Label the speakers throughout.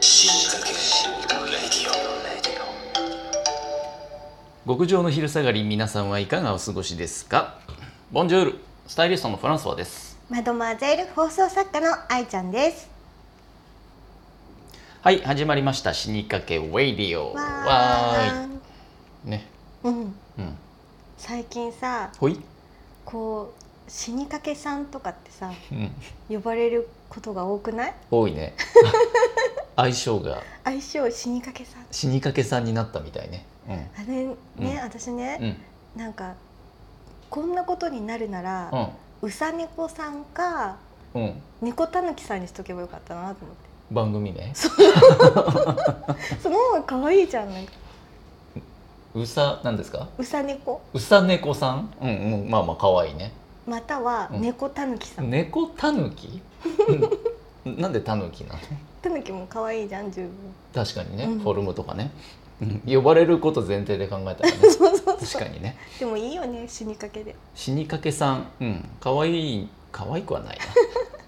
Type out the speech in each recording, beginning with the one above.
Speaker 1: 新潟県レディオ
Speaker 2: 極上の昼下がり皆さんはいかがお過ごしですかボンジョールスタイリストのフランソワです
Speaker 3: マドマゼール放送作家の愛ちゃんです。
Speaker 2: はい始まりました死にかけウェイディオ
Speaker 3: わ
Speaker 2: わーいね
Speaker 3: ーん。うん。
Speaker 2: うん
Speaker 3: 最近さ、
Speaker 2: ほい、
Speaker 3: こう死にかけさんとかってさ、
Speaker 2: うん、
Speaker 3: 呼ばれることが多くない？
Speaker 2: 多いね相性が
Speaker 3: 愛称死にかけさん。
Speaker 2: 死にかけさんになったみたいね
Speaker 3: あれね、
Speaker 2: うん
Speaker 3: 私ね
Speaker 2: う、ん
Speaker 3: なんかこんなことになるなら、うさねこさんか
Speaker 2: うんうん
Speaker 3: 猫たぬきさんにしとけばよかったなと思って。
Speaker 2: 番組ね
Speaker 3: その方が可愛いじゃん。なんか
Speaker 2: うさなんですか
Speaker 3: うさねこ
Speaker 2: うさ猫さんうんうんまあまあ可愛いね
Speaker 3: または
Speaker 2: うん
Speaker 3: 猫たぬきさん。
Speaker 2: 猫たぬきうんなんでたぬきなの
Speaker 3: たぬきも可愛いじゃん十分。
Speaker 2: 確かにね、
Speaker 3: うん
Speaker 2: フォルムとかねうん呼ばれること前提で考えたらね
Speaker 3: そうそう
Speaker 2: 確
Speaker 3: そ
Speaker 2: か
Speaker 3: う。
Speaker 2: にね
Speaker 3: でもいいよね死にかけで。
Speaker 2: 死にかけさんうん可愛い可愛くはないな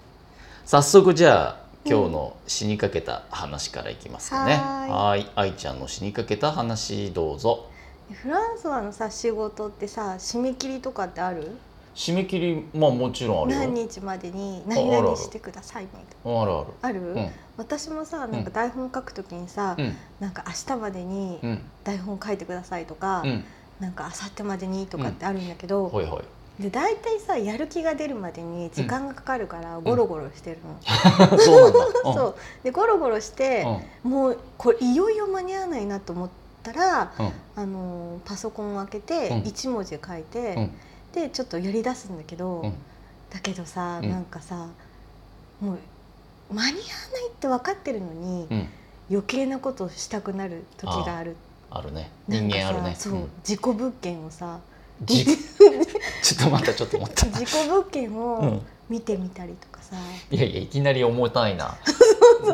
Speaker 2: 早速じゃあ今日の死にかけた話からいきますかね、
Speaker 3: はーい
Speaker 2: はい愛ちゃんの死にかけた話どうぞ
Speaker 3: フランソワのさ仕事ってさ締め切りとかってある
Speaker 2: 締め切りまあもちろんあるよ
Speaker 3: 何日までに
Speaker 2: あ
Speaker 3: 何
Speaker 2: あるあ
Speaker 3: 々
Speaker 2: る
Speaker 3: してくださいみたいな
Speaker 2: あるある
Speaker 3: ある
Speaker 2: うん
Speaker 3: 私もさなんか台本書くときにさ、
Speaker 2: うん
Speaker 3: なんか明日までに
Speaker 2: うん
Speaker 3: 台本書いてくださいとか、
Speaker 2: うん
Speaker 3: なんか明後日までにとかってあるんだけど、
Speaker 2: はい はい
Speaker 3: で大体さやる気が出るまでに時間がかかるからゴロゴロしてる の、
Speaker 2: そうなんだ
Speaker 3: そうでゴロゴロして、もうこれいよいよ間に合わないなと思ったら
Speaker 2: うんうん
Speaker 3: あのーパソコンを開けて
Speaker 2: うん
Speaker 3: 1文字書いて、
Speaker 2: うん
Speaker 3: でちょっとやりだすんだけど、
Speaker 2: うん
Speaker 3: だけどさ、
Speaker 2: うん
Speaker 3: なんかさもう間に合わないって分かってるのに、
Speaker 2: うん
Speaker 3: 余計なことをしたくなる時がある
Speaker 2: あるね人間ある
Speaker 3: なん
Speaker 2: ね
Speaker 3: かさそう、
Speaker 2: うん
Speaker 3: 自己物件 をさ
Speaker 2: じちょっと待ったちょっと待った
Speaker 3: 自己物件
Speaker 2: う
Speaker 3: を
Speaker 2: ん
Speaker 3: 見てみたりとかさ、
Speaker 2: いやいやいきなり重たい な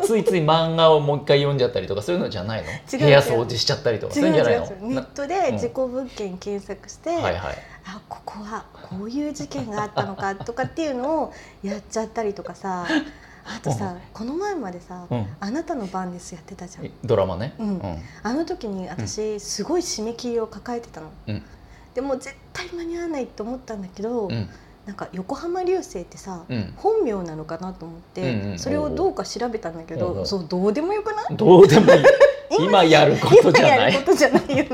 Speaker 2: ついつい漫画をもう一回読んじゃったりとかそういうのじゃないの
Speaker 3: う
Speaker 2: 部屋掃除しちゃったりとかそうい
Speaker 3: 違
Speaker 2: う
Speaker 3: うん違
Speaker 2: じゃ
Speaker 3: う
Speaker 2: ない
Speaker 3: 違
Speaker 2: の
Speaker 3: うネッ
Speaker 2: な
Speaker 3: トで自己物件検索して、
Speaker 2: はいはい
Speaker 3: あここはこういう事件があったのかとかっていうのをやっちゃったりと かさあとさ、
Speaker 2: うん
Speaker 3: この前までさ、
Speaker 2: うん
Speaker 3: あなたの番です」やってたじゃん
Speaker 2: ドラマね
Speaker 3: うんあの時に私すごい締め切りを抱えてたの、
Speaker 2: うん
Speaker 3: でもう絶対間に合わないと思ったんだけ
Speaker 2: う
Speaker 3: ど、
Speaker 2: ん
Speaker 3: なんか横浜流星ってさ、
Speaker 2: うん
Speaker 3: 本名なのかなと思って、
Speaker 2: うんうん
Speaker 3: それをどうか調べたんだけど、
Speaker 2: おうおう
Speaker 3: そうどうでもよくない
Speaker 2: どうでもいい今やることじゃな
Speaker 3: 今やる
Speaker 2: い
Speaker 3: ことじゃないよね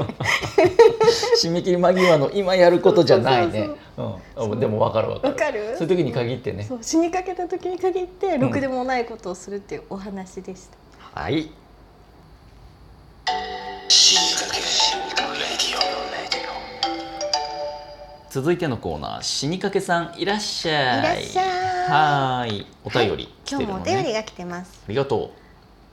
Speaker 2: 締め切り間際の今やることじゃないね
Speaker 3: そう
Speaker 2: う
Speaker 3: そうんそう
Speaker 2: でも分かる分か
Speaker 3: わ
Speaker 2: る
Speaker 3: かる
Speaker 2: そういう時に限ってね
Speaker 3: そう死にかけた時に限って
Speaker 2: ん
Speaker 3: ろくでもないことをするっていうお話でした、
Speaker 2: はい
Speaker 1: 新潟県レディ
Speaker 2: 続いてのコーナー死にかけさんいらっしゃい
Speaker 3: いらっしゃ
Speaker 2: はーいお便り来
Speaker 3: 今
Speaker 2: て
Speaker 3: 日
Speaker 2: る
Speaker 3: も
Speaker 2: の
Speaker 3: お
Speaker 2: ね、
Speaker 3: 便りが来てます
Speaker 2: ありがと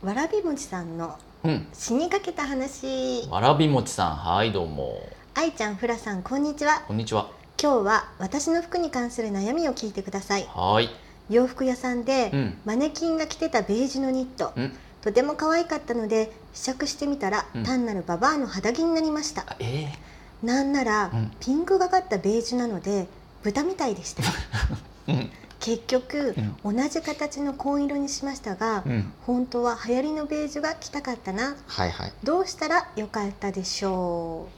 Speaker 3: わらびもちさんの
Speaker 2: ううん
Speaker 3: 死にかけた話
Speaker 2: わらびもちさんはいどうも
Speaker 3: 愛ちゃんフラさんこんにちは
Speaker 2: こんにちは
Speaker 3: 今日は私の服に関する悩みを聞いてください
Speaker 2: はーい
Speaker 3: 洋服屋さんで、
Speaker 2: うん
Speaker 3: マネキンが着てたベージュのニット、
Speaker 2: うん
Speaker 3: とても可愛かったので試着してみたら、
Speaker 2: うん
Speaker 3: 単なるババアの肌着になりました
Speaker 2: あええ
Speaker 3: なんなら、
Speaker 2: うん
Speaker 3: ピンクがかったベージュなので豚みたいでした
Speaker 2: うん
Speaker 3: 結局、同じ形の紺色にしましたが、
Speaker 2: うん
Speaker 3: 本当は流行りのベージュが着たかったな
Speaker 2: はいはい
Speaker 3: どうしたらよかったでしょ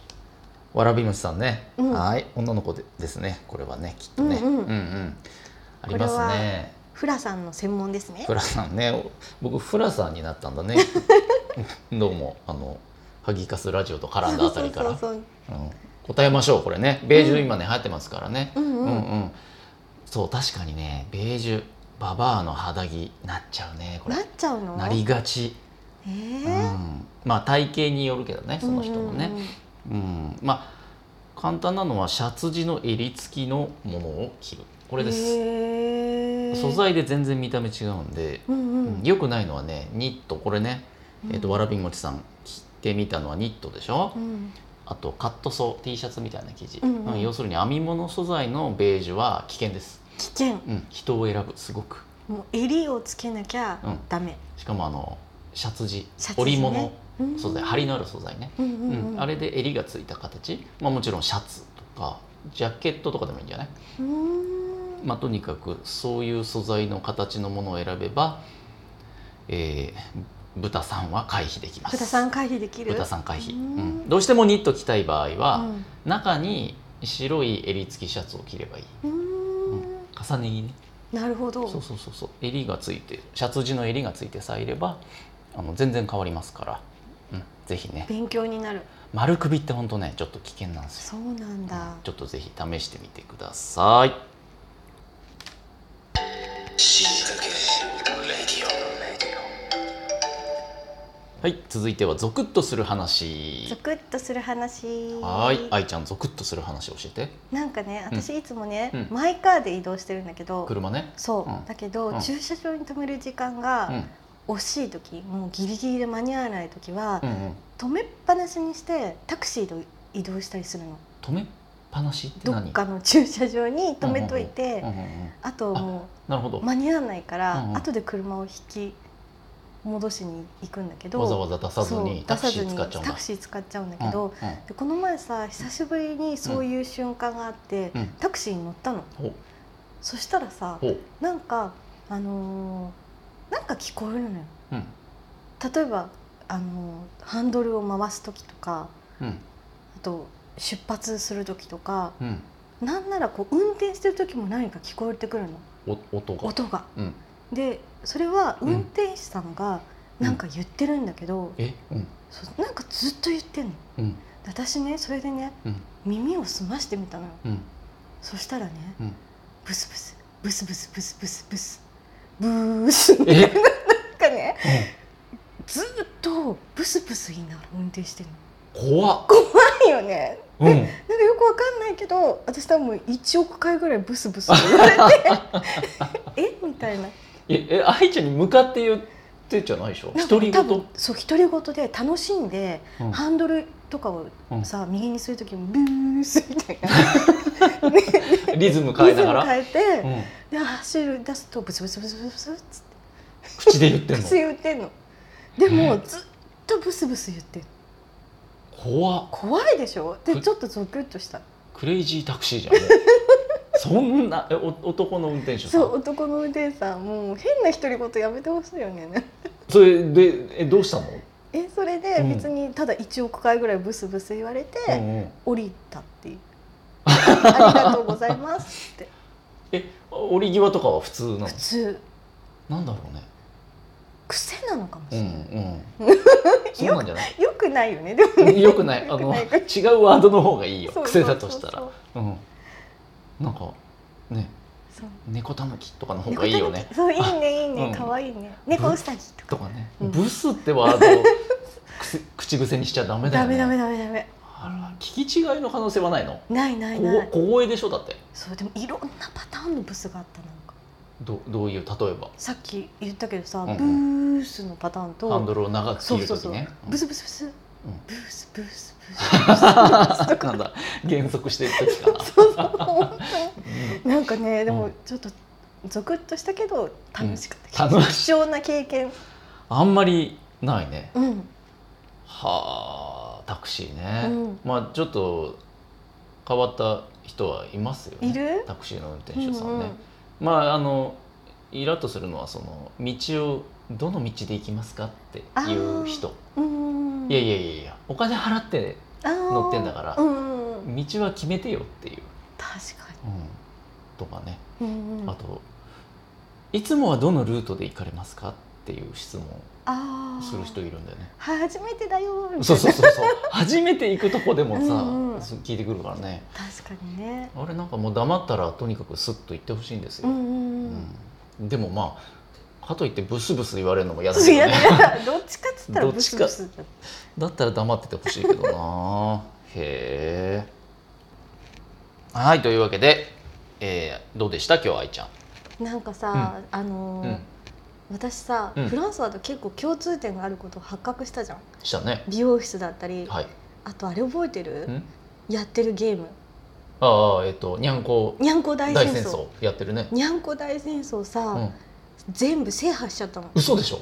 Speaker 2: わらびもちさんね、
Speaker 3: うん
Speaker 2: はい女の子でですねこれはねきっとね、
Speaker 3: うんうん
Speaker 2: んありますね
Speaker 3: うフラさんの専門ですね
Speaker 2: フラさんねお僕フラさんになったん だねどうもあのハギカスラジオと絡んだあたりから
Speaker 3: そうそう
Speaker 2: うん答えましょうこれねベージュ今ね、流行ってますからね、
Speaker 3: そううん
Speaker 2: う
Speaker 3: うんん、
Speaker 2: うんそう確かにねベージュババアの肌着なっちゃうねこれ
Speaker 3: なっちゃうの
Speaker 2: なりがち、
Speaker 3: えー
Speaker 2: うん、まあ体型によるけどねその人のね、
Speaker 3: うんうんうん
Speaker 2: うん、まあ簡単なのはシャツ地の襟付きのものを着るこれです
Speaker 3: へー
Speaker 2: 素材で全然見た目違うんで、
Speaker 3: うんうん、
Speaker 2: よくないのはねニットこれね、えっとわらびもちさん着てみたのはニットでしょ、
Speaker 3: うん
Speaker 2: あとカットソー T シャツみたいな生地、
Speaker 3: うんうん
Speaker 2: うん要するに編み物素材のベージュは危険です、
Speaker 3: 危険
Speaker 2: うん、人を選ぶすごく
Speaker 3: もう襟をつけなきゃ
Speaker 2: うん
Speaker 3: ダメ、
Speaker 2: しかもあのシャツ地
Speaker 3: シャツ地ね
Speaker 2: 織物
Speaker 3: うん
Speaker 2: 素材張りのある素材ね、
Speaker 3: うんうんうん
Speaker 2: うんあれで襟がついた形、まあ、もちろんシャツとかジャケットとかでもいいんじゃないう
Speaker 3: ーん
Speaker 2: まあ、とにかくそういう素材の形のものを選べば、えー豚さんは回避できます
Speaker 3: 豚さん回避できる
Speaker 2: 豚さん回避、
Speaker 3: う
Speaker 2: うんんどうしてもニット着たい場合は、
Speaker 3: ん
Speaker 2: 中に白い襟付きシャツを着ればいいう
Speaker 3: ーん
Speaker 2: 重ね着ね
Speaker 3: なるほど
Speaker 2: そうそうそうそう襟がついてシャツ地の襟がついてさえいればあの全然変わりますから、うん、ぜひね
Speaker 3: 勉強になる
Speaker 2: 丸首って本当ねちょっと危険なんですよ
Speaker 3: そうなんだ
Speaker 2: ちょっとぜひ試してみてください
Speaker 1: しいたけレディオレディオ
Speaker 2: はい続いてはゾクッとする話
Speaker 3: ゾクッとする話
Speaker 2: はーい愛ちゃんゾクッとする話教えて
Speaker 3: なんかね
Speaker 2: うん
Speaker 3: 私いつもね、
Speaker 2: うん
Speaker 3: マイカーで移動してるんだけど
Speaker 2: 車ね
Speaker 3: そう、
Speaker 2: うん
Speaker 3: だけど、
Speaker 2: うん
Speaker 3: 駐車場に止める時間
Speaker 2: うん
Speaker 3: が惜しい時もうギリギリで間に合わない時は、
Speaker 2: うんうん
Speaker 3: 止めっぱなしにしてタクシーで移動したりするの
Speaker 2: 止めっぱなしって
Speaker 3: ど
Speaker 2: 何
Speaker 3: っかの駐車場に止めといて、
Speaker 2: うんうんうん
Speaker 3: あとも
Speaker 2: なるほど
Speaker 3: う間に合わないから、
Speaker 2: うんうん
Speaker 3: 後で車を引き戻しに行くんだけど
Speaker 2: わざわざ出さず
Speaker 3: そ
Speaker 2: に
Speaker 3: う
Speaker 2: タクシー使っ
Speaker 3: 出
Speaker 2: ちゃ
Speaker 3: さず
Speaker 2: うんだ
Speaker 3: にタクシー使っちゃうんだ
Speaker 2: うん
Speaker 3: けど、
Speaker 2: うん
Speaker 3: でこの前さ久しぶりにそういう瞬間があって、
Speaker 2: うん
Speaker 3: タクシーに乗ったの
Speaker 2: ほう
Speaker 3: そしたらさ
Speaker 2: ほう
Speaker 3: なんかあのーなんか聞こえるのよ
Speaker 2: うん
Speaker 3: 例えば、あのーハンドルを回す時とか
Speaker 2: うん
Speaker 3: あと出発する時とか
Speaker 2: うん
Speaker 3: なんならこう運転してる時も何か聞こえてくるの
Speaker 2: お音が
Speaker 3: 音が。
Speaker 2: うん
Speaker 3: でそれは
Speaker 2: うん
Speaker 3: 運転手さんがなんか言ってるんだけど、
Speaker 2: えうん
Speaker 3: そうなんかずっと言ってんの。
Speaker 2: うん
Speaker 3: で私ねそれでね
Speaker 2: うん
Speaker 3: 耳を澄ましてみたのよ。
Speaker 2: うん
Speaker 3: そしたらね、
Speaker 2: うん
Speaker 3: ブスブスブスブスブスブスブスブースなん
Speaker 2: え
Speaker 3: かねずーっとブスブス言いながら運転してるの
Speaker 2: 怖っ
Speaker 3: ないよね
Speaker 2: うん
Speaker 3: なんかよくわかんないけど私多分1億回ぐらいブスブス 言われてえみたいな
Speaker 2: ええ愛ちゃんに向かって言ってんじゃないでしょ
Speaker 3: なん
Speaker 2: 独り
Speaker 3: か多
Speaker 2: 言
Speaker 3: 分そう独り言で楽しんで、
Speaker 2: うん
Speaker 3: ハンドルとかを
Speaker 2: うん
Speaker 3: さ右にする時もブースみたい な
Speaker 2: リズム変えなが
Speaker 3: リ
Speaker 2: ら、
Speaker 3: ズム変えて、
Speaker 2: うん、
Speaker 3: で走る出すとブスブスブスブスブスって
Speaker 2: 口で言ってんの
Speaker 3: 口言ってんのでも、
Speaker 2: うん
Speaker 3: ずっとブスブス言ってる
Speaker 2: 怖っ
Speaker 3: 怖いでしょで
Speaker 2: く
Speaker 3: ちょっとゾクッとした
Speaker 2: クレイジータクシーじゃんもうそんなえお男の運転手さん
Speaker 3: そう男の運転手さんもう変な独り言やめてほしいよね
Speaker 2: それでえどうしたの、
Speaker 3: えそれで
Speaker 2: うん
Speaker 3: 別にただ1億回ぐらいブスブス言われて、
Speaker 2: うんうん
Speaker 3: 降りたっていうありがとうござい ますって
Speaker 2: え折り際とかは普通なの
Speaker 3: 普通
Speaker 2: なんだろうね
Speaker 3: 癖なのかも
Speaker 2: う
Speaker 3: しれ
Speaker 2: ん
Speaker 3: ない、
Speaker 2: うんそうなんじゃない
Speaker 3: よくないよねでもね
Speaker 2: よくないあ
Speaker 3: よく
Speaker 2: の
Speaker 3: ない
Speaker 2: 違うワードの方がいいよ
Speaker 3: そう
Speaker 2: 癖だとした
Speaker 3: そ
Speaker 2: ら
Speaker 3: う
Speaker 2: うんなんかね
Speaker 3: そう
Speaker 2: 猫たぬきとかの方がいいよね
Speaker 3: そういいねいい
Speaker 2: うん
Speaker 3: ね可愛、いね猫うさぎと
Speaker 2: と
Speaker 3: か
Speaker 2: かね、
Speaker 3: うん
Speaker 2: ブスってワードを くせ口癖にしちゃダメだよ
Speaker 3: ダ
Speaker 2: ね
Speaker 3: メダメダメダメ
Speaker 2: あら聞き違いの可能性はないの
Speaker 3: ないない
Speaker 2: こ
Speaker 3: な
Speaker 2: わ
Speaker 3: い
Speaker 2: 小声でしょだって
Speaker 3: そうでもいろんなパターンのブスがあったなんか
Speaker 2: どどういう例えば
Speaker 3: さっき言ったけどさ、
Speaker 2: うんうん
Speaker 3: ブースのパターンと
Speaker 2: ハンドルを長く
Speaker 3: そ
Speaker 2: 切
Speaker 3: う
Speaker 2: る
Speaker 3: そう
Speaker 2: と
Speaker 3: そ
Speaker 2: き
Speaker 3: う、
Speaker 2: ね
Speaker 3: ブスブスブス、
Speaker 2: ん
Speaker 3: ブースブースブース
Speaker 2: なんだ減速してる時かな
Speaker 3: そうそう本当になんかねで
Speaker 2: う
Speaker 3: も
Speaker 2: ん
Speaker 3: ちょっとゾクッとしたけど楽しかった、
Speaker 2: うん楽しい
Speaker 3: 貴重な経験
Speaker 2: あんまりないね
Speaker 3: うん
Speaker 2: はあタクシー
Speaker 3: う
Speaker 2: ね、
Speaker 3: ん
Speaker 2: まあちょっと変わった人はいますよね
Speaker 3: いる
Speaker 2: タクシーの運転
Speaker 3: うんう
Speaker 2: 手さんね、
Speaker 3: ん
Speaker 2: まああのイラッとするのはその道をどの道で行きますかっていう人
Speaker 3: うん
Speaker 2: いやいやいやいやお金払って乗
Speaker 3: 乗
Speaker 2: ってんだから
Speaker 3: うんうんうん
Speaker 2: 道は決めてよっていう、
Speaker 3: 確か
Speaker 2: うんとかね
Speaker 3: に、うんうん、
Speaker 2: あと「いつもはどのルートで行かれますか?」っていう質問
Speaker 3: あー
Speaker 2: する人いるんだよね。
Speaker 3: 初めてだよみたいな
Speaker 2: そうそうそうそう初めて行くとこでもさ
Speaker 3: うんうん
Speaker 2: そう聞いてくるからね
Speaker 3: 確かにね
Speaker 2: あれなんかもう黙ったらとにかくスッと行ってほしいんです
Speaker 3: う
Speaker 2: よ、
Speaker 3: んうんうん
Speaker 2: うんでもまあかといってブスブス言われるのも嫌だ
Speaker 3: い
Speaker 2: けど
Speaker 3: や
Speaker 2: ね
Speaker 3: どっちかっつったら
Speaker 2: どっ
Speaker 3: ブ
Speaker 2: ち
Speaker 3: ス
Speaker 2: か
Speaker 3: ブスだ
Speaker 2: だったら黙っててほしいけど なへえはいというわけで、えーどうでした今日愛ちゃん、
Speaker 3: なんかさ、あのー
Speaker 2: うん、
Speaker 3: 私さ、
Speaker 2: うん
Speaker 3: フランスワと結構共通点があることを発覚したじゃん
Speaker 2: したね
Speaker 3: 美容室だったり、
Speaker 2: はい
Speaker 3: あとあれ覚えてる
Speaker 2: ん
Speaker 3: やってるゲーム
Speaker 2: ああえっ、とにゃんこ
Speaker 3: にゃんこ大
Speaker 2: 大
Speaker 3: 戦争
Speaker 2: 戦争やってるね
Speaker 3: にゃんこ大戦争さ、
Speaker 2: うん
Speaker 3: 全部制覇しちゃったの
Speaker 2: 嘘でしょ、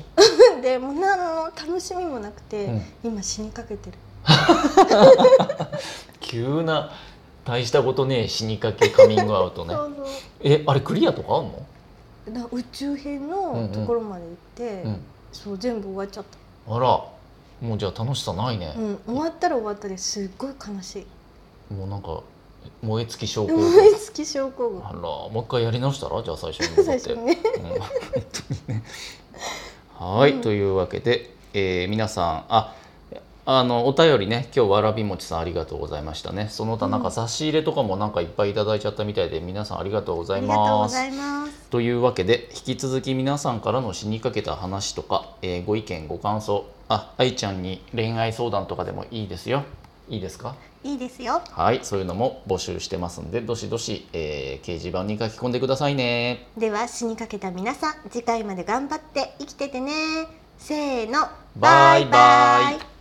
Speaker 3: でもう何の楽しみもなくて、
Speaker 2: うん
Speaker 3: 今死にかけてる
Speaker 2: 急な大したことねえ死にかけカミングアウトね
Speaker 3: そう
Speaker 2: えあれクリアとかあんの、
Speaker 3: そうだから宇宙編
Speaker 2: うんう
Speaker 3: の
Speaker 2: ん
Speaker 3: ところまで行って、
Speaker 2: うん、
Speaker 3: そう全部終わっちゃった
Speaker 2: あらもうじゃあ楽しさないね
Speaker 3: う、ん、終わったら終わったですっごい悲しい
Speaker 2: もうなんか燃え尽き症候群
Speaker 3: 思いつき症候群
Speaker 2: あらもう一回やり直したらじゃあ最初に戻
Speaker 3: 最
Speaker 2: って
Speaker 3: 初にね
Speaker 2: うん本当にね。はい、
Speaker 3: うん
Speaker 2: というわけで、えー皆さんああのお便りね今日わらびもちさんありがとうございましたねその他なんか
Speaker 3: うん
Speaker 2: 差し入れとかもなんかいっぱいいただいちゃったみたいで皆さんありがとうござ
Speaker 3: あ
Speaker 2: い
Speaker 3: りがとう
Speaker 2: ま
Speaker 3: ご
Speaker 2: す。
Speaker 3: ざいます
Speaker 2: というわけで引き続き皆さんからの死にかけた話とか、えーご意見ご感想あ愛ちゃんに恋愛相談とかでもいいですよいいですか
Speaker 3: いいですよ
Speaker 2: はいそういうのも募集してますんでどしどし、えー掲示板に書き込んでくださいね
Speaker 3: では死にかけた皆さん次回まで頑張って生きててねせーの
Speaker 2: バイバイ
Speaker 3: イ